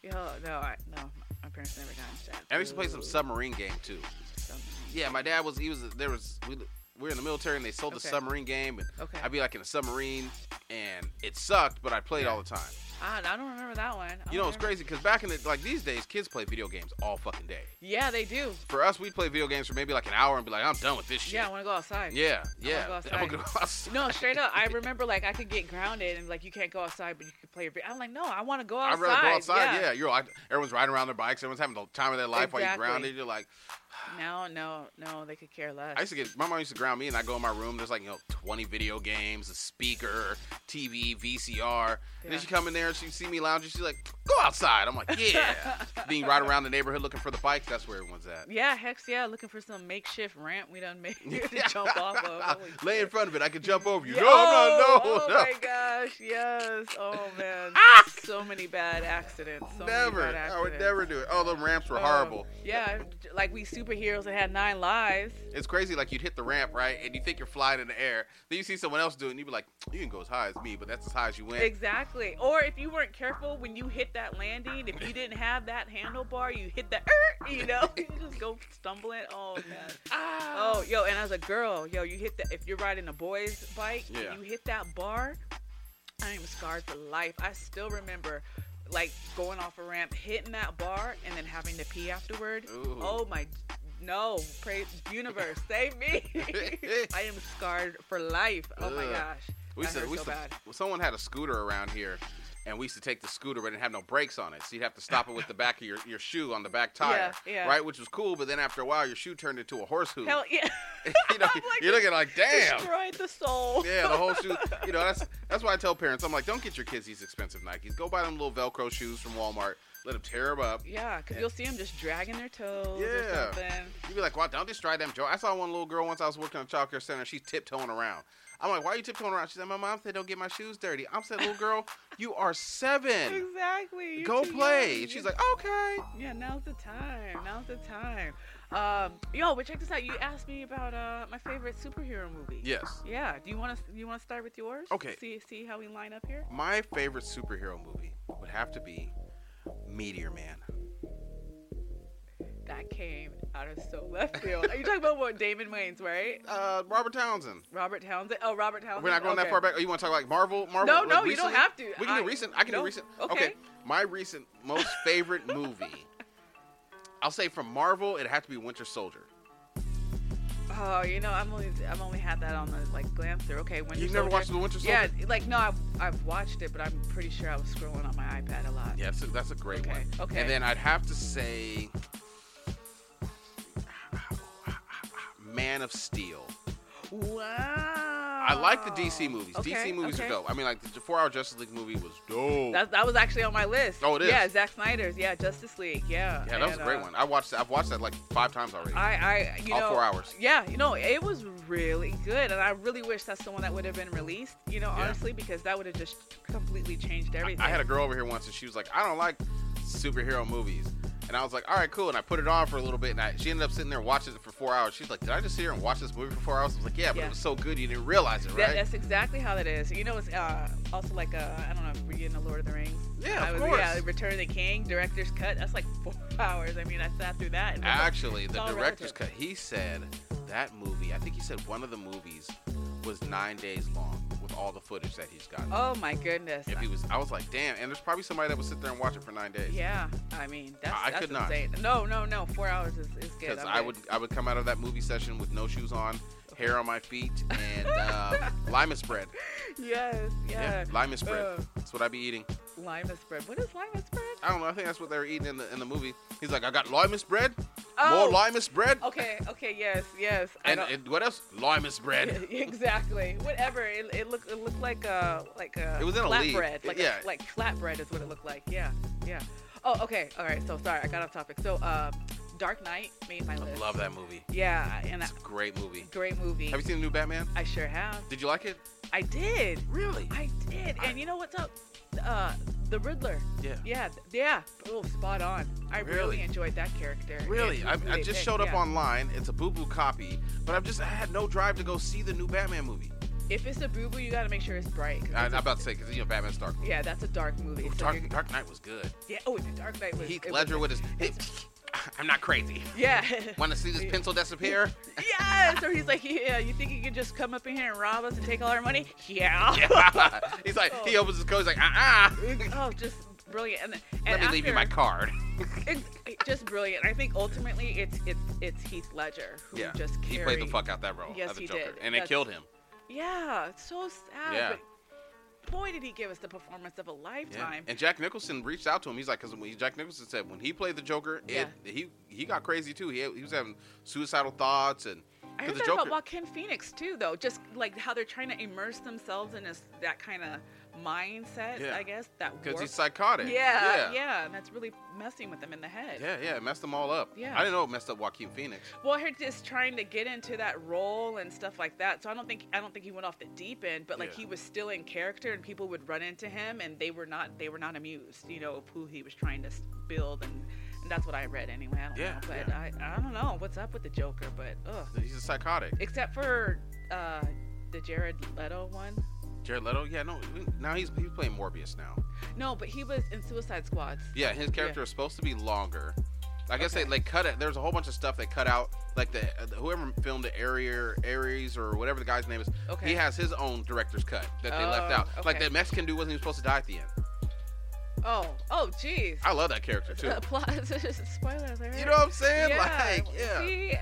Speaker 1: Yo, no, I, no, my parents never got into that.
Speaker 2: And I used to play some
Speaker 1: Ooh,
Speaker 2: submarine game too.
Speaker 1: something.
Speaker 2: Yeah, my dad was. He was. There was. We, we were in the military, and they sold the
Speaker 1: Okay.
Speaker 2: submarine game, and
Speaker 1: Okay.
Speaker 2: I'd be like in a submarine, and it sucked, but I played all the time.
Speaker 1: Ah, I don't remember that one. I
Speaker 2: You know,
Speaker 1: don't
Speaker 2: it's
Speaker 1: remember-
Speaker 2: crazy because back in the like these days, kids play video games all fucking day.
Speaker 1: Yeah, they do.
Speaker 2: For us, we play video games for maybe like an hour and be like, I'm done with this shit.
Speaker 1: Yeah, I want to go outside.
Speaker 2: yeah,
Speaker 1: wanna
Speaker 2: yeah.
Speaker 1: go outside.
Speaker 2: (laughs) I'm gonna go outside.
Speaker 1: No, straight up.
Speaker 2: (laughs)
Speaker 1: I remember like I could get grounded and like you can't go outside, but you could play your. vi- I'm like, no, I want to go
Speaker 2: I'd
Speaker 1: outside.
Speaker 2: rather go outside. Yeah, you're like everyone's riding around their bikes. Everyone's having the time of their life while you're
Speaker 1: Exactly.
Speaker 2: grounded. You're like,
Speaker 1: No, no, no. They could care less.
Speaker 2: I used to get my mom used to ground me, and I go in my room. There's like you know 20 video games, a speaker, TV, VCR.
Speaker 1: Yeah.
Speaker 2: And then she come in there and she see me lounging. She's like, go outside.
Speaker 1: (laughs)
Speaker 2: I'm like, yeah. Being right around the neighborhood looking for the bikes. That's where everyone's at.
Speaker 1: Yeah, hex. Yeah, looking for some makeshift ramp we done (laughs)
Speaker 2: (laughs)
Speaker 1: made to jump off of. Holy
Speaker 2: Lay in
Speaker 1: shit.
Speaker 2: front of it. I could jump over you.
Speaker 1: Yeah.
Speaker 2: No, no, no,
Speaker 1: Oh
Speaker 2: no. Ah!
Speaker 1: my gosh, yes. Oh
Speaker 2: (laughs)
Speaker 1: man, so many bad accidents. So
Speaker 2: never.
Speaker 1: Many bad
Speaker 2: I
Speaker 1: accidents.
Speaker 2: would never do it. All them ramps were
Speaker 1: Oh,
Speaker 2: horrible.
Speaker 1: Yeah, like we superheroes that had nine lives.
Speaker 2: It's crazy. Like you'd hit the ramp, right, and you think you're flying in the air. Then you see someone else do it, and you'd be like, "You can go as high as me, but that's as high as you went."
Speaker 1: Exactly. Or if you weren't careful when you hit that landing, if you didn't have that handlebar, you hit the er, you know, (laughs) you just go stumbling. Oh man.
Speaker 2: Ah.
Speaker 1: Oh, yo, and as a girl, yo, you hit that if you're riding a boy's bike,
Speaker 2: Yeah.
Speaker 1: you hit that bar, I am scarred for life. I still remember like going off a ramp, hitting that bar, and then having to pee afterward.
Speaker 2: Ooh.
Speaker 1: Oh my no, pray universe, save
Speaker 2: (laughs)
Speaker 1: me. I am scarred for life. Oh my
Speaker 2: Ugh.
Speaker 1: gosh.
Speaker 2: We
Speaker 1: That
Speaker 2: used to,
Speaker 1: hurt
Speaker 2: we
Speaker 1: so
Speaker 2: used to,
Speaker 1: bad.
Speaker 2: well, someone had a scooter around here, and we used to take the scooter, but it didn't have no brakes on it, so you'd have to stop it with the back of your, your shoe on the back tire,
Speaker 1: (laughs) Yeah, yeah.
Speaker 2: right? Which was cool, but then after a while, your shoe turned into a horse hoof.
Speaker 1: Hell yeah.
Speaker 2: (laughs)
Speaker 1: (laughs)
Speaker 2: you know, you're looking like, damn.
Speaker 1: Destroyed the soul.
Speaker 2: Yeah, the whole shoe. You know, that's that's why I tell parents, I'm like, don't get your kids these expensive Nikes. Go buy them little Velcro shoes from Walmart. Let them tear them up.
Speaker 1: Yeah, because you'll see them just dragging their toes or
Speaker 2: Yeah.
Speaker 1: something.
Speaker 2: You be like, wow, don't destroy them joints. I saw one little girl once I was working at a child care center. She's tiptoeing around. I'm like, why are you tiptoeing around? She said, my mom said, don't get my shoes dirty. I'm said, little girl, you are seven.
Speaker 1: Exactly. you're
Speaker 2: Go
Speaker 1: too
Speaker 2: play.
Speaker 1: young.
Speaker 2: And she's
Speaker 1: You're-
Speaker 2: like, okay.
Speaker 1: Yeah, now's the time. Now's the time. Um, yo, but check this out. You asked me about uh my favorite superhero movie.
Speaker 2: Yes.
Speaker 1: Yeah. Do you want to you want to start with yours?
Speaker 2: Okay.
Speaker 1: See see how we line up here.
Speaker 2: My favorite superhero movie would have to be Meteor Man.
Speaker 1: that came out of so left field. Are you talking about what Damon Wayans, right?
Speaker 2: Uh, Robert Townsend.
Speaker 1: Robert Townsend. Oh, Robert Townsend.
Speaker 2: We're not going
Speaker 1: okay.
Speaker 2: that far back. Or you want to talk like Marvel? Marvel?
Speaker 1: No,
Speaker 2: like
Speaker 1: no, you
Speaker 2: recently?
Speaker 1: don't have to.
Speaker 2: We can do
Speaker 1: I-
Speaker 2: recent. I can
Speaker 1: no?
Speaker 2: do recent.
Speaker 1: Okay.
Speaker 2: My recent
Speaker 1: (laughs)
Speaker 2: most favorite movie, I'll say from Marvel, it had to be Winter Soldier.
Speaker 1: Oh, you know, I'm only I've only had that on the like glance through. Okay, when
Speaker 2: You've never watched the Winter Soldier?
Speaker 1: Yeah, like no, I've, I've watched it, but I'm pretty sure I was scrolling on my iPad a lot.
Speaker 2: Yeah, that's a, that's a great
Speaker 1: Okay,
Speaker 2: one.
Speaker 1: okay.
Speaker 2: And then I'd have to say, Man of Steel.
Speaker 1: Wow.
Speaker 2: I
Speaker 1: I
Speaker 2: like the DC movies.
Speaker 1: Oh, Okay,
Speaker 2: DC movies
Speaker 1: okay.
Speaker 2: are dope. I mean, like the Four Hour Justice League movie was dope.
Speaker 1: That, that was actually on my list.
Speaker 2: Oh, it is.
Speaker 1: Yeah, Zack Snyder's. Yeah, Justice League. Yeah.
Speaker 2: yeah, that was
Speaker 1: And,
Speaker 2: a great
Speaker 1: uh,
Speaker 2: one. I watched that. I've watched that like five times already.
Speaker 1: I, I, you
Speaker 2: All
Speaker 1: know,
Speaker 2: four hours.
Speaker 1: Yeah, you know, it was really good, and I really wish that's the one that would have been released. You know,
Speaker 2: Yeah.
Speaker 1: honestly, because that would have just completely changed
Speaker 2: I-
Speaker 1: everything.
Speaker 2: I had a girl over here once, and she was like, "I don't like superhero movies," and I was like, "All right, cool." And I put it on for a little bit, and I, she ended up sitting there watching it for four hours. She's like, "Did I just sit here and watch this movie for four hours?" I was like, "Yeah, but
Speaker 1: Yeah.
Speaker 2: it was so good you didn't realize it,
Speaker 1: That-
Speaker 2: right?"
Speaker 1: that's exactly how that is. You know, it's uh, also like uh, I don't know, were you in the Lord of the Rings?
Speaker 2: Yeah,
Speaker 1: I
Speaker 2: of
Speaker 1: was,
Speaker 2: course.
Speaker 1: Yeah, Return of the King, director's cut. That's like four (laughs) hours. I mean, I sat through that. And
Speaker 2: Actually, the
Speaker 1: all
Speaker 2: director's
Speaker 1: relative.
Speaker 2: cut. He said that movie. I think he said one of the movies was nine days long with all the footage that he's gotten.
Speaker 1: oh my goodness.
Speaker 2: If he was, I was like, "Damn!" And there's probably somebody that would sit there and watch it for nine days.
Speaker 1: yeah, I mean, that's,
Speaker 2: I
Speaker 1: that's
Speaker 2: could not.
Speaker 1: insane. No, no, no. Four hours is, is good.
Speaker 2: Because
Speaker 1: I'm
Speaker 2: I
Speaker 1: good.
Speaker 2: would, I would come out of that movie session with no shoes on, hair on my feet,
Speaker 1: (laughs)
Speaker 2: and uh, lima spread.
Speaker 1: (laughs) Yes, yeah.
Speaker 2: Yeah, lima spread.
Speaker 1: Uh,
Speaker 2: That's what I be eating.
Speaker 1: lima spread. What is lima spread?
Speaker 2: I don't know. I think that's what they were eating in the in the movie. He's like, I got limus bread,
Speaker 1: Oh.
Speaker 2: more limus bread,
Speaker 1: Okay, okay, yes, yes. I
Speaker 2: and,
Speaker 1: don't-
Speaker 2: and what else? Limus bread.
Speaker 1: (laughs) exactly. Whatever. It, it looked it looked like a like a
Speaker 2: It was in a league.
Speaker 1: flatbread. Like
Speaker 2: Yeah.
Speaker 1: a, like flatbread is what it looked like. Yeah. Yeah. Oh, okay. All right. So sorry, I got off topic. So, uh, Dark Knight made my
Speaker 2: I
Speaker 1: list.
Speaker 2: love that movie.
Speaker 1: Yeah, and a
Speaker 2: It's a great movie.
Speaker 1: great movie.
Speaker 2: Have you seen the new Batman?
Speaker 1: I sure have.
Speaker 2: Did you like it?
Speaker 1: I did.
Speaker 2: Really?
Speaker 1: I did.
Speaker 2: I-
Speaker 1: And you know what's up? Uh, the Riddler.
Speaker 2: Yeah.
Speaker 1: Yeah, th- yeah. Oh, spot on. I really,
Speaker 2: Really?
Speaker 1: enjoyed that character.
Speaker 2: Really?
Speaker 1: It
Speaker 2: I, I
Speaker 1: really
Speaker 2: just
Speaker 1: did,
Speaker 2: showed up
Speaker 1: yeah.
Speaker 2: online. It's a boo boo copy, but I've just I had no drive to go see the new Batman movie.
Speaker 1: If it's a boo boo, you got to make sure it's bright. 'cause
Speaker 2: I,
Speaker 1: it's
Speaker 2: I'm
Speaker 1: a-
Speaker 2: about to say because you know Batman's dark.
Speaker 1: Yeah, that's a dark movie. so
Speaker 2: Dark,
Speaker 1: you're-
Speaker 2: dark Knight was good.
Speaker 1: Yeah. Oh, the Dark Knight was.
Speaker 2: Heath
Speaker 1: it was-
Speaker 2: Ledger with his. (laughs) I'm not crazy.
Speaker 1: yeah.
Speaker 2: Want to see this pencil disappear?
Speaker 1: yes. Or he's like, yeah. You think you can just come up in here and rob us and take all our money? Yeah.
Speaker 2: Yeah. (laughs) he's like, he opens his coat. He's like, ah, (laughs) uh-uh.
Speaker 1: oh, just brilliant. And, and
Speaker 2: let me leave you my
Speaker 1: after-
Speaker 2: card.
Speaker 1: it's just brilliant. I think ultimately it's it's it's Heath Ledger who
Speaker 2: Yeah,
Speaker 1: just
Speaker 2: he
Speaker 1: carried.
Speaker 2: played the fuck out that role
Speaker 1: Yes,
Speaker 2: as a
Speaker 1: he
Speaker 2: Joker,
Speaker 1: did.
Speaker 2: and
Speaker 1: That's-
Speaker 2: they killed him.
Speaker 1: Yeah. It's so sad.
Speaker 2: Yeah.
Speaker 1: But boy, did he give us the performance of a lifetime.
Speaker 2: And Jack Nicholson reached out to him. He's like, because when Jack Nicholson said when he played the Joker, it, he he got crazy too. He, he was having suicidal thoughts and
Speaker 1: I
Speaker 2: 'cause
Speaker 1: heard
Speaker 2: the
Speaker 1: that
Speaker 2: Joker.
Speaker 1: about Joaquin Phoenix too, though. Just like how they're trying to immerse themselves in this, that kind of mindset,
Speaker 2: Yeah.
Speaker 1: I guess. That
Speaker 2: because
Speaker 1: warped
Speaker 2: he's psychotic.
Speaker 1: Yeah, yeah,
Speaker 2: yeah,
Speaker 1: and that's really messing with them in the head.
Speaker 2: yeah, yeah. It messed them all up.
Speaker 1: Yeah.
Speaker 2: I didn't know it messed up Joaquin Phoenix.
Speaker 1: Well, her just trying to get into that role and stuff like that. So I don't think I don't think he went off the deep end, but like
Speaker 2: Yeah.
Speaker 1: he was still in character, and people would run into him, and they were not they were not amused, you know, of who he was trying to s- build, and, and that's what I read anyway. I don't
Speaker 2: Yeah,
Speaker 1: know, but I I don't know what's up with the Joker, but ugh.
Speaker 2: He's a psychotic.
Speaker 1: Except for uh, the Jared Leto one.
Speaker 2: Jared Leto. Yeah, no. Now he's he's playing Morbius now.
Speaker 1: No, but he was in Suicide Squads.
Speaker 2: Yeah, his character
Speaker 1: Yeah.
Speaker 2: is supposed to be longer. I guess
Speaker 1: Okay.
Speaker 2: they like cut it. There's a whole bunch of stuff they cut out. Like the whoever filmed the Arier, Aries or whatever the guy's name is,
Speaker 1: Okay.
Speaker 2: he has his own director's cut that they left
Speaker 1: Oh,
Speaker 2: out. Like
Speaker 1: okay.
Speaker 2: the Mexican dude wasn't even supposed to die at the end.
Speaker 1: Oh, oh, jeez.
Speaker 2: I love that
Speaker 1: (laughs)
Speaker 2: character too.
Speaker 1: Uh, plot spoilers. alert.
Speaker 2: You know what I'm saying? Like, yeah.
Speaker 1: See, uh,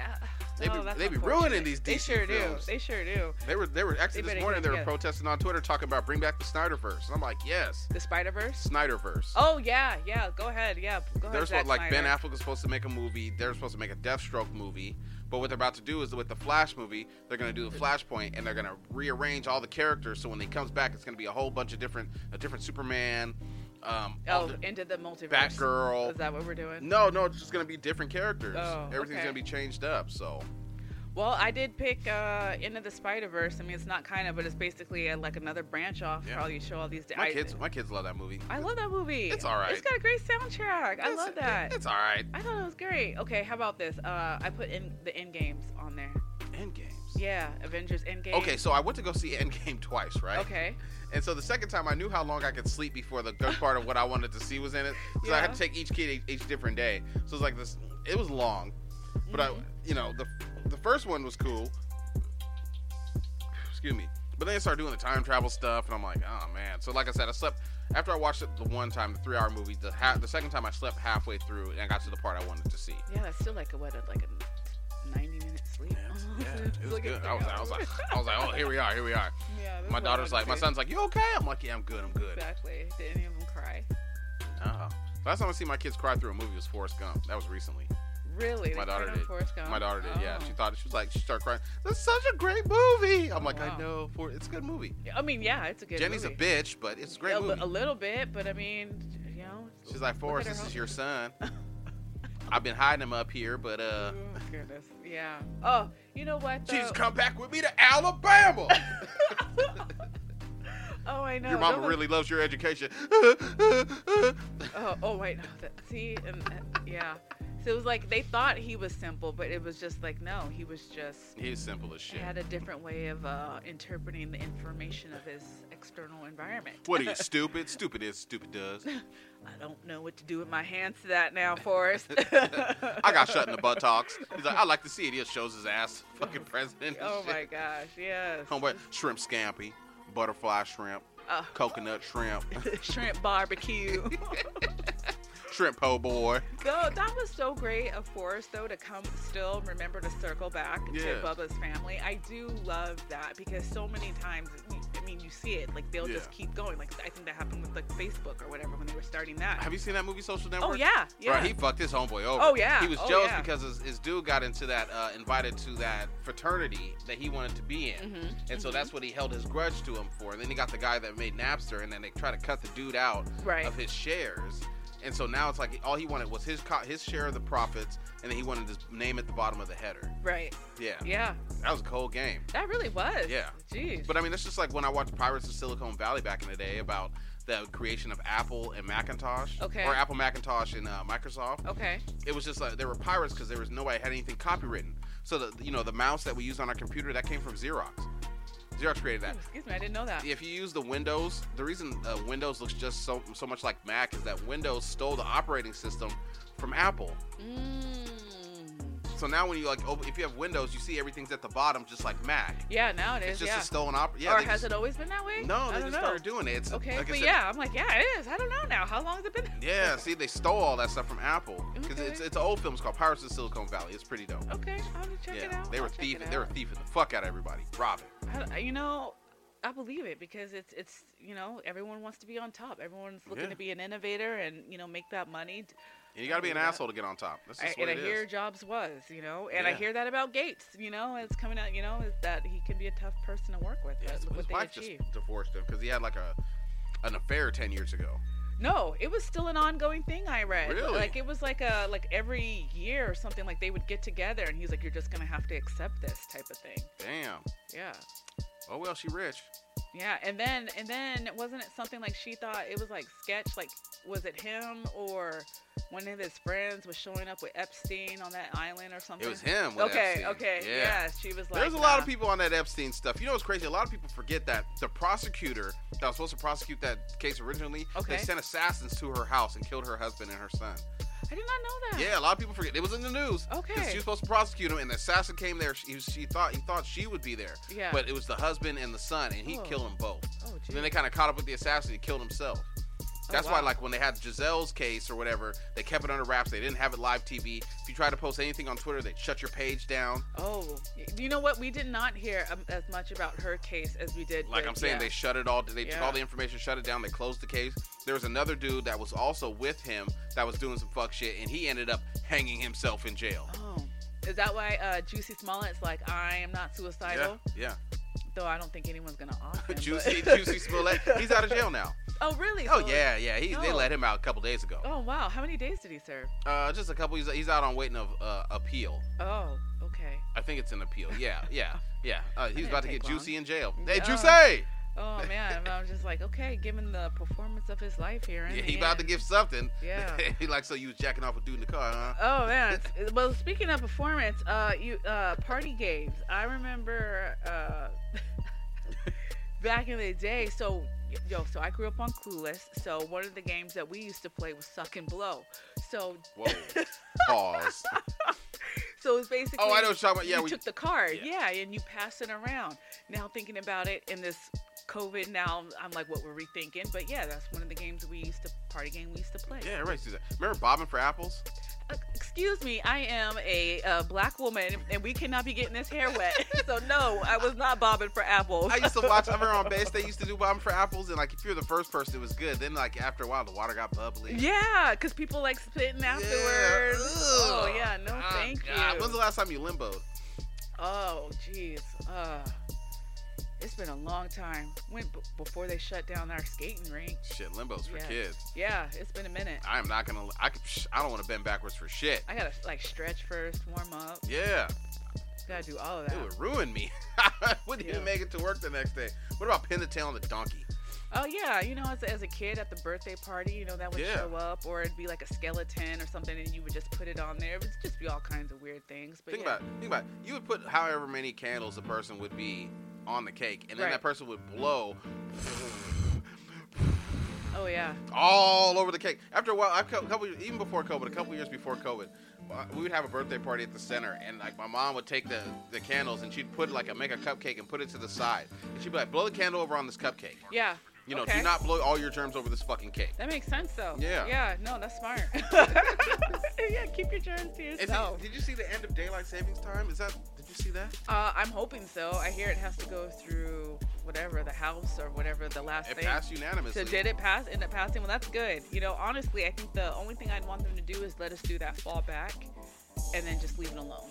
Speaker 2: They be-
Speaker 1: oh, that's
Speaker 2: they be
Speaker 1: unfortunate.
Speaker 2: ruining these
Speaker 1: They
Speaker 2: DC
Speaker 1: sure
Speaker 2: films.
Speaker 1: do. They sure do.
Speaker 2: They were they were actually
Speaker 1: They
Speaker 2: this
Speaker 1: better
Speaker 2: morning
Speaker 1: get
Speaker 2: they
Speaker 1: it
Speaker 2: were
Speaker 1: together.
Speaker 2: protesting on Twitter talking about bring back the Snyderverse. And I'm like, yes,
Speaker 1: The Spider Verse.
Speaker 2: Snyderverse.
Speaker 1: Oh yeah, yeah. Go ahead. Yeah, go ahead.
Speaker 2: They're
Speaker 1: Zack
Speaker 2: supposed, like Ben
Speaker 1: Snyder.
Speaker 2: Affleck is supposed to make a movie. They're supposed to make a Deathstroke movie. But what they're about to do is with the Flash movie, they're going to do the Flashpoint and they're going to rearrange all the characters. So when he comes back, it's going to be a whole bunch of different, a different Superman, um, all
Speaker 1: Oh,
Speaker 2: the-
Speaker 1: into the multiverse.
Speaker 2: Batgirl.
Speaker 1: Is that what we're doing?
Speaker 2: no, no, it's just going to be different characters.
Speaker 1: Oh,
Speaker 2: Everything's
Speaker 1: okay.
Speaker 2: going to be changed up. So
Speaker 1: Well, I did pick uh, Into the Spider Verse. I mean, it's not kind of, but it's basically uh, like another branch off.
Speaker 2: Yeah.
Speaker 1: How you show all these.
Speaker 2: my
Speaker 1: I-
Speaker 2: kids, my kids love that movie.
Speaker 1: I love that movie.
Speaker 2: It's all right.
Speaker 1: It's got a great soundtrack. I
Speaker 2: It's-
Speaker 1: love that.
Speaker 2: It's all right.
Speaker 1: I thought it was great. Okay, how about this? Uh, I put in the end games on there.
Speaker 2: End games.
Speaker 1: Yeah, Avengers Endgame.
Speaker 2: Okay, so I went to go see Endgame (laughs) twice, right?
Speaker 1: Okay.
Speaker 2: And so the second time, I knew how long I could sleep before the good part of what I wanted to see was in it. So I had to
Speaker 1: Yeah.
Speaker 2: take each kid each, each different day. So it's like this. It was long, but
Speaker 1: Mhm.
Speaker 2: I, you know, the the first one was cool. Excuse me. But then I started doing the time travel stuff, and I'm like, oh man. So like I said, I slept after I watched it the one time, the three hour movie. The ha- the second time, I slept halfway through, and I got to the part I wanted
Speaker 1: (laughs)
Speaker 2: to see.
Speaker 1: Yeah, that's still like a what, a- like a ninety minute sleep.
Speaker 2: Yeah, it's- yeah,
Speaker 1: It's (laughs)
Speaker 2: it was
Speaker 1: like a
Speaker 2: good.
Speaker 1: three
Speaker 2: I was, I was like, I was like, oh, here we are, here
Speaker 1: (laughs)
Speaker 2: we are.
Speaker 1: Yeah, that's
Speaker 2: My
Speaker 1: what
Speaker 2: daughter's
Speaker 1: I
Speaker 2: like, my
Speaker 1: did.
Speaker 2: son's like, you okay? I'm like, yeah, I'm good, I'm good.
Speaker 1: Exactly. Did any of them cry?
Speaker 2: Uh-huh. Last time I see my kids cry through a movie was Forrest Gump. That was recently.
Speaker 1: Really?
Speaker 2: My
Speaker 1: They
Speaker 2: daughter
Speaker 1: cried on
Speaker 2: did.
Speaker 1: Forrest Gump?
Speaker 2: My daughter did. Yeah,
Speaker 1: Oh.
Speaker 2: she thought she was like she started crying. That's such a great movie. I'm
Speaker 1: Oh,
Speaker 2: like,
Speaker 1: wow.
Speaker 2: I know. For it's a good movie.
Speaker 1: I mean, yeah, it's a good.
Speaker 2: Jenny's
Speaker 1: movie.
Speaker 2: a bitch, but it's a great
Speaker 1: a, li-
Speaker 2: movie.
Speaker 1: a little bit, but I mean, you know.
Speaker 2: She's like, Forrest,
Speaker 1: her
Speaker 2: this
Speaker 1: home.
Speaker 2: is
Speaker 1: (laughs)
Speaker 2: your son. I've been hiding him up here, but uh,
Speaker 1: oh, goodness. Yeah. Oh, you know what? Though?
Speaker 2: Jesus, come back with me to
Speaker 1: (laughs)
Speaker 2: Alabama.
Speaker 1: Oh, I know.
Speaker 2: your mama
Speaker 1: Those are-
Speaker 2: really loves your
Speaker 1: (laughs)
Speaker 2: education.
Speaker 1: Oh, oh wait, no, that, see, and uh, yeah. So it was like they thought he was simple, but it was just like no, he was just
Speaker 2: He's simple as shit.
Speaker 1: had a different way of uh, interpreting the information of his external environment.
Speaker 2: What are you stupid? Stupid is
Speaker 1: (laughs)
Speaker 2: stupid does.
Speaker 1: I don't know what to do with my hands to that now,
Speaker 2: (laughs)
Speaker 1: Forrest. (laughs)
Speaker 2: I got shut in the buttocks. He's like, I like to see it. He just shows his ass, (laughs) fucking president. and
Speaker 1: oh
Speaker 2: shit. Oh
Speaker 1: my gosh, yes.
Speaker 2: Homeboy, shrimp scampi, butterfly shrimp,
Speaker 1: Uh,
Speaker 2: coconut
Speaker 1: (laughs)
Speaker 2: shrimp, (laughs)
Speaker 1: shrimp barbecue.
Speaker 2: shrimp po' boy.
Speaker 1: Though that was so great of Forrest though to come still remember to circle back
Speaker 2: Yes.
Speaker 1: to Bubba's family. I do love that because so many times I mean you see it like they'll just
Speaker 2: Yeah.
Speaker 1: keep going. Like I think that happened with like Facebook or whatever when they were starting that.
Speaker 2: Have you seen that movie Social Network?
Speaker 1: oh yeah, yeah.
Speaker 2: Bro, he fucked his homeboy over.
Speaker 1: Oh, yeah.
Speaker 2: He was
Speaker 1: Oh,
Speaker 2: jealous
Speaker 1: yeah.
Speaker 2: because his, his dude got into that, uh, invited to that fraternity that he wanted to be in.
Speaker 1: Mhm,
Speaker 2: And so that's what he held his grudge to him for. And then he got the guy that made Napster, and then they try to cut the dude out
Speaker 1: Right.
Speaker 2: of his shares. And so now it's like all he wanted was his co- his share of the profits, and then he wanted his name at the bottom of the header.
Speaker 1: right.
Speaker 2: Yeah,
Speaker 1: Yeah.
Speaker 2: that was a cold game.
Speaker 1: That really was.
Speaker 2: Yeah.
Speaker 1: Jeez.
Speaker 2: But I mean, that's just like when I watched Pirates of Silicon Valley back in the day about the creation of Apple and Macintosh,
Speaker 1: Okay.
Speaker 2: or Apple Macintosh and uh, Microsoft.
Speaker 1: okay.
Speaker 2: It was just like there were pirates because there was nobody had anything copywritten. So the you know the mouse that we used on our computer that came from Xerox. Xerox created that.
Speaker 1: Ooh, excuse me, I didn't know that.
Speaker 2: If you use the Windows, the reason uh, Windows looks just so so much like Mac is that Windows stole the operating system from Apple.
Speaker 1: Mm.
Speaker 2: So now when you like open, if you have Windows, you see everything's at the bottom just like Mac.
Speaker 1: Yeah, now it is.
Speaker 2: It's just
Speaker 1: yeah.
Speaker 2: a stolen op. Yeah,
Speaker 1: or
Speaker 2: they
Speaker 1: has it
Speaker 2: just-
Speaker 1: always been that way?
Speaker 2: No,
Speaker 1: I
Speaker 2: they
Speaker 1: don't
Speaker 2: just
Speaker 1: know.
Speaker 2: started doing it. It's
Speaker 1: Okay,
Speaker 2: like I
Speaker 1: but
Speaker 2: said,
Speaker 1: yeah, I'm like, yeah, it is. I don't know now. How long has it been?
Speaker 2: Yeah, see, they stole all that stuff from Apple because
Speaker 1: Okay.
Speaker 2: it's it's an old film. It's called Pirates of Silicon Valley. It's pretty dope.
Speaker 1: Okay, I'll have to check
Speaker 2: yeah,
Speaker 1: it out.
Speaker 2: they were
Speaker 1: I'll check
Speaker 2: thieving.
Speaker 1: it
Speaker 2: They were
Speaker 1: out.
Speaker 2: thieving the fuck out of everybody, robbing.
Speaker 1: I- I- you know, I believe it because it's it's you know everyone wants to be on top. Everyone's looking
Speaker 2: Yeah.
Speaker 1: to be an innovator and you know make that money.
Speaker 2: And you gotta be an
Speaker 1: Yeah.
Speaker 2: asshole to get on top. That's
Speaker 1: I,
Speaker 2: just
Speaker 1: and
Speaker 2: what
Speaker 1: I
Speaker 2: it is.
Speaker 1: hear Jobs was, you know, and I
Speaker 2: Yeah.
Speaker 1: hear that about Gates. You know, it's coming out. You know, is that he can be a tough person to work with.
Speaker 2: Yeah,
Speaker 1: but
Speaker 2: his,
Speaker 1: look
Speaker 2: his
Speaker 1: uh, what
Speaker 2: wife
Speaker 1: they
Speaker 2: just
Speaker 1: achieved.
Speaker 2: divorced him because he had like a an affair ten years ago.
Speaker 1: No, it was still an ongoing thing. I read.
Speaker 2: Really?
Speaker 1: Like it was like a like every year or something. Like they would get together, and he's like, "You're just gonna have to accept this type of thing."
Speaker 2: Damn.
Speaker 1: Yeah.
Speaker 2: Oh well, she rich.
Speaker 1: Yeah, and then and then wasn't it something like she thought it was like sketch? Like was it him or one of his friends was showing up with Epstein on that island or something?
Speaker 2: It was him. With
Speaker 1: Okay,
Speaker 2: Epstein.
Speaker 1: okay,
Speaker 2: Yeah.
Speaker 1: yeah. She was like,
Speaker 2: There's a lot
Speaker 1: nah.
Speaker 2: of people on that Epstein stuff. You know what's crazy? A lot of people forget that the prosecutor that was supposed to prosecute that case originally,
Speaker 1: Okay.
Speaker 2: they sent assassins to her house and killed her husband and her son.
Speaker 1: I did not know that.
Speaker 2: Yeah, a lot of people forget. It was in the news. 'Cause
Speaker 1: Okay.
Speaker 2: She was supposed to prosecute him, and the assassin came there. She, she thought he thought she would be there.
Speaker 1: Yeah.
Speaker 2: But it was the husband and the son, and he
Speaker 1: Oh.
Speaker 2: killed them both.
Speaker 1: Oh,
Speaker 2: So
Speaker 1: geez.
Speaker 2: then they kind of caught up with the assassin. He killed himself. That's why,
Speaker 1: Oh, wow.
Speaker 2: like, when they had Giselle's case or whatever, they kept it under wraps. They didn't have it live TV. If you tried to post anything on Twitter, they'd shut your page down.
Speaker 1: Oh, y- you know what? We did not hear um, as much about her case as we did.
Speaker 2: Like
Speaker 1: with-
Speaker 2: I'm saying,
Speaker 1: yeah.
Speaker 2: they shut it all. They took
Speaker 1: Yeah.
Speaker 2: all the information, shut it down. They closed the case. There was another dude that was also with him that was doing some fuck shit, and he ended up hanging himself in jail.
Speaker 1: Oh, is that why uh, Juicy Smollett's like, I am not
Speaker 2: Yeah,
Speaker 1: suicidal? (laughs)
Speaker 2: yeah.
Speaker 1: Though I don't think anyone's gonna
Speaker 2: (laughs)
Speaker 1: off him. (laughs)
Speaker 2: Juicy,
Speaker 1: but-
Speaker 2: Juicy Smollett. He's out of
Speaker 1: (laughs)
Speaker 2: jail now.
Speaker 1: oh, really?
Speaker 2: Oh
Speaker 1: So-
Speaker 2: yeah, yeah. He, They
Speaker 1: no.
Speaker 2: let him out a couple days ago.
Speaker 1: Oh wow, how many days did he serve?
Speaker 2: Uh, just a couple. He's, he's out on waiting of uh, appeal.
Speaker 1: Oh, okay. (laughs)
Speaker 2: I think it's an appeal. Yeah, yeah, yeah. Uh, he was
Speaker 1: didn't
Speaker 2: about to
Speaker 1: take
Speaker 2: get Juicy in jail.
Speaker 1: long.
Speaker 2: Hey,
Speaker 1: No.
Speaker 2: Juicy!
Speaker 1: Oh man,
Speaker 2: (laughs)
Speaker 1: and I'm just like, okay, given the performance of his life here. in
Speaker 2: Yeah,
Speaker 1: the
Speaker 2: he about to
Speaker 1: end.
Speaker 2: give something.
Speaker 1: Yeah.
Speaker 2: (laughs) he like so you was jacking off a dude in the car, huh?
Speaker 1: (laughs) Oh man. It's- Well, speaking of performance, uh, you uh, party games. I remember uh, (laughs) back in the day. So yo, so I grew up on Clueless. So one of the games that we used to play was Suck and Blow. So
Speaker 2: Whoa.
Speaker 1: (laughs)
Speaker 2: Pause.
Speaker 1: so it's basically.
Speaker 2: Oh, I know what you're talking about. Yeah,
Speaker 1: you
Speaker 2: we,
Speaker 1: took the card,
Speaker 2: yeah.
Speaker 1: yeah. and you pass it around. Now thinking about it in this COVID, now I'm like, what were we thinking? But yeah, that's one of the games we used to party game we used to play.
Speaker 2: yeah, right, Susan. Remember bobbing for apples?
Speaker 1: Uh, excuse me, I am a uh, black woman, and we cannot be getting this hair wet. (laughs) so no, I was not bobbing for apples.
Speaker 2: I used to watch. I remember on base they used to do bobbing for apples, and like if you're the first person, it was good. Then like after a while, the water got bubbly.
Speaker 1: yeah, because people like spitting
Speaker 2: Yeah.
Speaker 1: afterwards.
Speaker 2: Ugh.
Speaker 1: Oh yeah, no,
Speaker 2: Ah,
Speaker 1: thank
Speaker 2: God.
Speaker 1: you.
Speaker 2: When's the last time you limboed?
Speaker 1: oh jeez, uh, it's been a long time. Went b- before they shut down our skating rink.
Speaker 2: Shit, limbo's for
Speaker 1: Yeah.
Speaker 2: kids.
Speaker 1: Yeah, it's been a minute.
Speaker 2: I am not gonna. I could- psh, I don't want to bend backwards for shit.
Speaker 1: I gotta like stretch first, warm up.
Speaker 2: Yeah,
Speaker 1: Gotta do all of
Speaker 2: it
Speaker 1: that.
Speaker 2: would ruin me. (laughs) Wouldn't even
Speaker 1: Yeah.
Speaker 2: make it to work the next day. What about pin the tail on the donkey?
Speaker 1: Oh yeah, you know, as, as a kid at the birthday party, you know that would
Speaker 2: Yeah.
Speaker 1: show up, or it'd be like a skeleton or something, and you would just put it on there. It would just be all kinds of weird things. But
Speaker 2: Think
Speaker 1: yeah.
Speaker 2: about it. Think about it. You would put however many candles a person would be on the cake, and then
Speaker 1: Right.
Speaker 2: that person would blow
Speaker 1: Oh yeah.
Speaker 2: all over the cake. After a while, I've co- couple even before COVID, a couple years before COVID, uh, we would have a birthday party at the center, and like my mom would take the the candles and she'd put like a make a cupcake and put it to the side, and she'd be like, blow the candle over on this cupcake.
Speaker 1: Yeah.
Speaker 2: You know,
Speaker 1: okay.
Speaker 2: do not blow all your germs over this fucking cake.
Speaker 1: That makes sense though.
Speaker 2: Yeah.
Speaker 1: Yeah. No, that's
Speaker 2: (laughs)
Speaker 1: smart. (laughs) yeah, keep your germs to
Speaker 2: Is it-
Speaker 1: yourself.
Speaker 2: did you see the end of daylight savings time? Is that? Did you see that?
Speaker 1: Uh, I'm hoping so. I hear it has to go through whatever the house or whatever the last
Speaker 2: It
Speaker 1: thing.
Speaker 2: passed unanimously.
Speaker 1: So did it pass? End up passing? Well, that's good. You know, honestly, I think the only thing I'd want them to do is let us do that fall back, and then just leave it alone.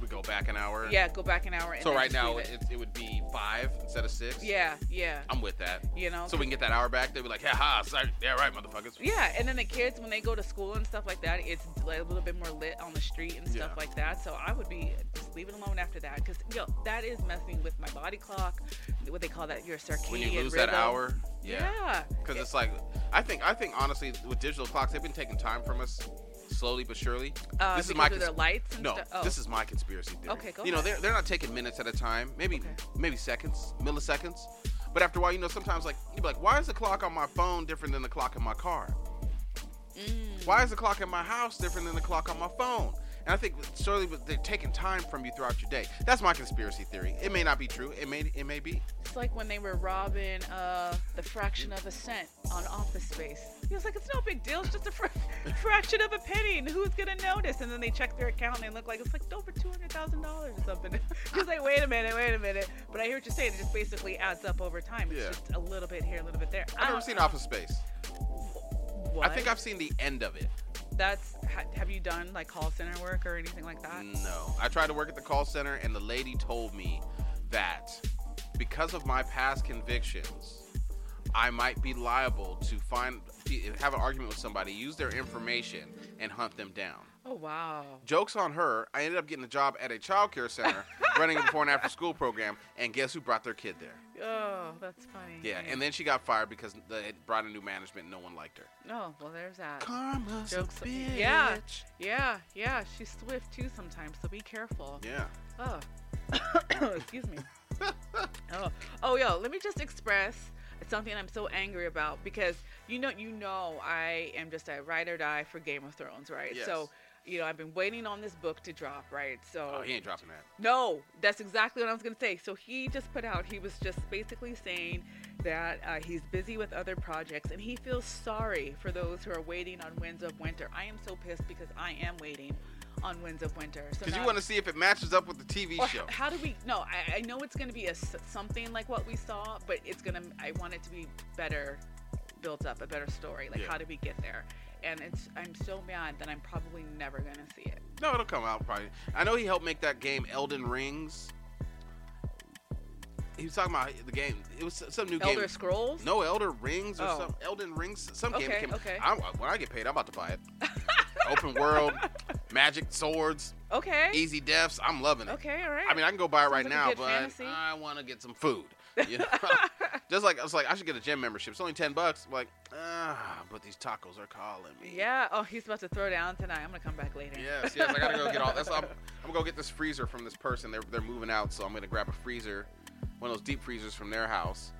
Speaker 2: We go back an hour.
Speaker 1: Yeah, go back an hour. And
Speaker 2: So
Speaker 1: then
Speaker 2: right
Speaker 1: just
Speaker 2: now
Speaker 1: leave
Speaker 2: it, it would be five instead of six.
Speaker 1: Yeah, yeah.
Speaker 2: I'm with that.
Speaker 1: You know.
Speaker 2: So we can get that hour back. They'd be like, ha ha, sorry. yeah, right, motherfuckers.
Speaker 1: yeah, and then the kids when they go to school and stuff like that, it's like a little bit more lit on the street and stuff
Speaker 2: Yeah.
Speaker 1: like that. So I would be just leave it alone after that because yo, that is messing with my body clock. What they call that your circadian
Speaker 2: When you lose
Speaker 1: rhythm.
Speaker 2: that hour, yeah,
Speaker 1: Yeah.
Speaker 2: because
Speaker 1: It-
Speaker 2: it's like, I think, I think honestly, with digital clocks, they've been taking time from us slowly but surely.
Speaker 1: uh,
Speaker 2: this is
Speaker 1: because
Speaker 2: my
Speaker 1: of their
Speaker 2: cons-
Speaker 1: lights. And
Speaker 2: No,
Speaker 1: stuff. Oh.
Speaker 2: this is my conspiracy theory.
Speaker 1: Okay, go
Speaker 2: You know,
Speaker 1: ahead.
Speaker 2: they're, they're not taking minutes at a time, maybe
Speaker 1: Okay.
Speaker 2: maybe seconds, milliseconds. But after a while, you know, sometimes like you'd be like, why is the clock on my phone different than the clock in my car?
Speaker 1: Mm,
Speaker 2: Why is the clock in my house different than the clock on my phone? And I think surely but they're taking time from you throughout your day. That's my conspiracy theory. It may not be true. It may it may be.
Speaker 1: it's like when they were robbing uh, the fraction of a cent on Office Space. He was like, "It's no big deal. It's just a fra- (laughs) fraction of a penny, and who's gonna notice?" And then they check their account and they look like it's like over two hundred thousand dollars or something. (laughs) He's like, "Wait a minute, wait a minute." But I hear what you're saying. It just basically adds up over time. It's
Speaker 2: Yeah.
Speaker 1: just a little bit here, a little bit there. Uh,
Speaker 2: I've never seen Office Space.
Speaker 1: What?
Speaker 2: I think I've seen the end of it.
Speaker 1: That's. Ha- have you done like call center work or anything like that?
Speaker 2: No. I tried to work at the call center, and the lady told me that because of my past convictions, I might be liable to find, have an argument with somebody, use their information, and hunt them down.
Speaker 1: Oh wow.
Speaker 2: Joke's on her. I ended up getting a job at a child care
Speaker 1: (laughs)
Speaker 2: center running a before and after school program, and guess who brought their kid there?
Speaker 1: Oh, that's funny.
Speaker 2: Yeah, and then she got fired because they brought in new management and no one liked her.
Speaker 1: No, oh, well, there's that.
Speaker 2: Karma's
Speaker 1: Joke's-
Speaker 2: a bitch.
Speaker 1: yeah. Yeah, yeah, she's swift too sometimes, so be careful.
Speaker 2: Yeah.
Speaker 1: Oh, (coughs) excuse me. oh, oh, yo, let me just express something I'm so angry about because you know, you know, I am just a ride or die for Game of Thrones, right?
Speaker 2: Yes.
Speaker 1: So, you know, I've been waiting on this book to drop, right? So,
Speaker 2: Oh, he ain't dropping that.
Speaker 1: no, that's exactly what I was going to say. So he just put out, he was just basically saying that uh, he's busy with other projects and he feels sorry for those who are waiting on Winds of Winter. I am so pissed because I am waiting on Winds of Winter. So
Speaker 2: Because you
Speaker 1: now-
Speaker 2: want to see if it matches up with the TV
Speaker 1: or
Speaker 2: show.
Speaker 1: h- How do we? No, I, I know it's going to be a s- something like what we saw, but it's going to. I want it to be better built up, a better story. Like
Speaker 2: Yeah.
Speaker 1: how did we get there? And it's. I'm so mad that I'm probably never going to see it.
Speaker 2: No, it'll come out probably. I know he helped make that game Elden Rings. He was talking about the game. It was some new
Speaker 1: Elder
Speaker 2: game.
Speaker 1: Scrolls.
Speaker 2: No, Elder Rings or
Speaker 1: Oh.
Speaker 2: some Elden Rings. Some game
Speaker 1: Okay,
Speaker 2: that came.
Speaker 1: okay.
Speaker 2: I, when I get paid, I'm about to
Speaker 1: (laughs)
Speaker 2: buy it. Open world, magic swords,
Speaker 1: Okay.
Speaker 2: easy deaths. I'm loving it.
Speaker 1: Okay. All right.
Speaker 2: I mean, I can go buy it right
Speaker 1: Sounds like a
Speaker 2: now,
Speaker 1: good
Speaker 2: but
Speaker 1: fantasy. (laughs)
Speaker 2: I want to get some food. You know? Just like I was like, I should get a gym membership. It's only ten bucks. I'm like, ah, but these tacos are calling me.
Speaker 1: Yeah. Oh, he's about to throw down tonight. I'm gonna come back later.
Speaker 2: Yes, yes. I gotta go get all. That's I'm, I'm gonna go get this freezer from this person. They're they're moving out, so I'm gonna grab a freezer, one of those deep freezers from their house,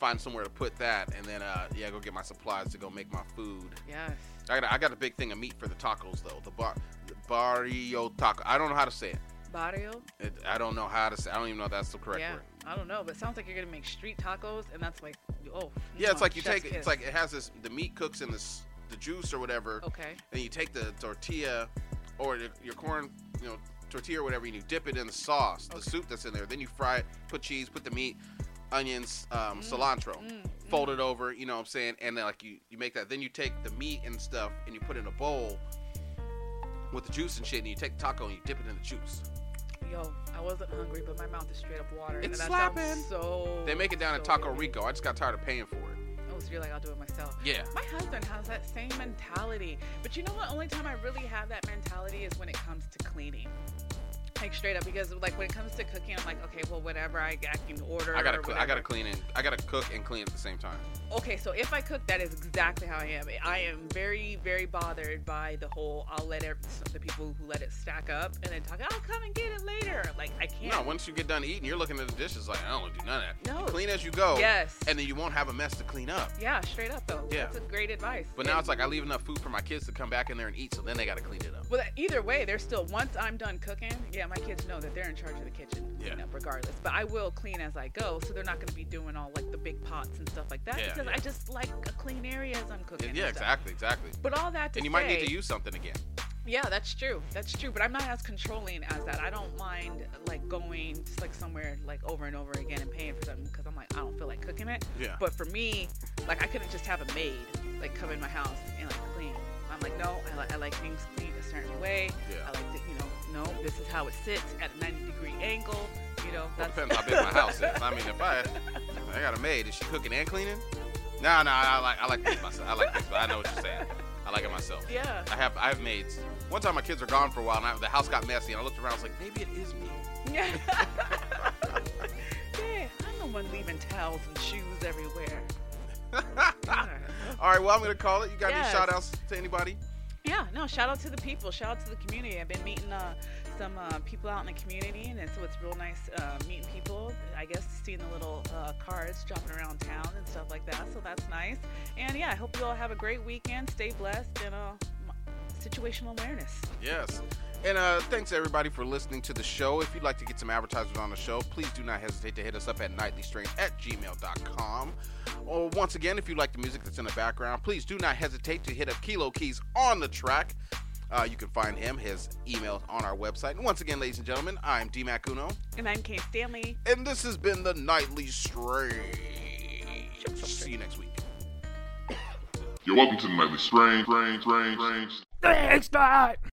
Speaker 2: find somewhere to put that, and then uh, yeah, go get my supplies to go make my food.
Speaker 1: Yes.
Speaker 2: I got a, I got a big thing of meat for the tacos though. The bar the barrio taco. I don't know how to say it.
Speaker 1: Barrio.
Speaker 2: it. I don't know how to say. I don't even know if that's the correct
Speaker 1: yeah.
Speaker 2: word.
Speaker 1: I don't know, but it sounds like you're gonna make street tacos, and that's like, oh.
Speaker 2: Yeah, it's
Speaker 1: mwah,
Speaker 2: like you
Speaker 1: chef's
Speaker 2: take it. It's
Speaker 1: kiss.
Speaker 2: like it has this. The meat cooks in this the juice or whatever.
Speaker 1: Okay.
Speaker 2: and you take the tortilla or your- your corn, you know, tortilla or whatever, and you dip it in the sauce, the
Speaker 1: Okay.
Speaker 2: soup that's in there. Then you fry it, put cheese, put the meat, onions, um, cilantro,
Speaker 1: mm,
Speaker 2: fold it over. You know what I'm saying? And then like you, you make that. Then you take the meat and stuff, and you put it in a bowl with the juice and shit, and you take the taco and you dip it in the juice.
Speaker 1: Yo, I wasn't hungry, but my mouth is straight up water.
Speaker 2: It's
Speaker 1: and That
Speaker 2: slapping.
Speaker 1: sounds so.
Speaker 2: They make it down in
Speaker 1: so
Speaker 2: Taco
Speaker 1: yummy.
Speaker 2: Rico. I just got tired of paying for it.
Speaker 1: Oh, so you're like, I'll do it myself.
Speaker 2: Yeah.
Speaker 1: My husband has that same mentality. But you know what? Only time I really have that mentality is when it comes to cleaning. Like straight up, because like when it comes to cooking, I'm like, okay, well, whatever, I, I can order.
Speaker 2: I gotta,
Speaker 1: or
Speaker 2: cl- I gotta
Speaker 1: whatever.
Speaker 2: clean and I gotta cook and clean at the same time.
Speaker 1: Okay, so if I cook, that is exactly how I am. I am very, very bothered by the whole. I'll let it, the people who let it stack up and then talk. I'll come and get it later. Like I can't.
Speaker 2: No, once you get done eating, you're looking at the dishes like I don't want to do none of that.
Speaker 1: No.
Speaker 2: You clean as you go.
Speaker 1: Yes.
Speaker 2: And then you won't have a mess to clean up.
Speaker 1: yeah, straight up though.
Speaker 2: Yeah.
Speaker 1: That's a great advice.
Speaker 2: But now it's like I leave enough food for my kids to come back in there and eat, so then they got to clean it up.
Speaker 1: Well, either way, they're still once I'm done cooking. Yeah, my kids know that they're in charge of the kitchen,
Speaker 2: Yeah.
Speaker 1: you know, regardless. But I will clean as I go, so they're not going to be doing all like the big pots and stuff like that
Speaker 2: Yeah,
Speaker 1: because
Speaker 2: yeah.
Speaker 1: I just like a clean area as I'm cooking.
Speaker 2: Yeah,
Speaker 1: and stuff.
Speaker 2: exactly, exactly.
Speaker 1: But all that to
Speaker 2: And you might need
Speaker 1: say-
Speaker 2: to use something again.
Speaker 1: Yeah, that's true. That's true. But I'm not as controlling as that. I don't mind like going just like somewhere like over and over again and paying for something because I'm like I don't feel like cooking it.
Speaker 2: Yeah.
Speaker 1: But for me, like I couldn't just have a maid like come in my house and like clean. I'm like no, I, li- I like things clean a certain way.
Speaker 2: Yeah.
Speaker 1: I like to, you know no, this is how it sits at a 90 degree angle. You know
Speaker 2: Well,
Speaker 1: that's
Speaker 2: it depends how
Speaker 1: (laughs)
Speaker 2: big my house is. I mean, if I, if I got a maid, is she cooking and cleaning? No, no, I like I like things myself. I like things, but I know what you're saying. I like it myself.
Speaker 1: yeah. (laughs)
Speaker 2: I have I have maids. One time my kids were gone for a while, and I, the house got messy, and I looked around, I was like, maybe it is me.
Speaker 1: Yeah. yeah. I'm the one leaving towels and shoes
Speaker 2: (laughs)
Speaker 1: everywhere. Yeah.
Speaker 2: All right, well I'm gonna call it. You got
Speaker 1: Yes.
Speaker 2: any shout outs to anybody?
Speaker 1: Yeah, no, shout out to the people. Shout out to the community. I've been meeting uh, some uh, people out in the community, and so it's real nice uh, meeting people. I guess seeing the little uh, cards dropping around town and stuff like that, so that's nice. And yeah, I hope you all have a great weekend. Stay blessed and uh, m- situational awareness.
Speaker 2: Yes. And uh, thanks everybody for listening to the show. If you'd like to get some advertisers on the show, please do not hesitate to hit us up at nightlystrange at gmail.com. Or once again, if you like the music that's in the background, please do not hesitate to hit up Kilo Keys on the track. Uh, you can find him, his email on our website. And once again, ladies and gentlemen, I'm D Macuno,
Speaker 1: And I'm Kay Stanley.
Speaker 2: and this has been the Nightly Strange. See you next week.
Speaker 3: You're welcome to the nightly strange, strange, strange, strange.
Speaker 4: Thanks, God.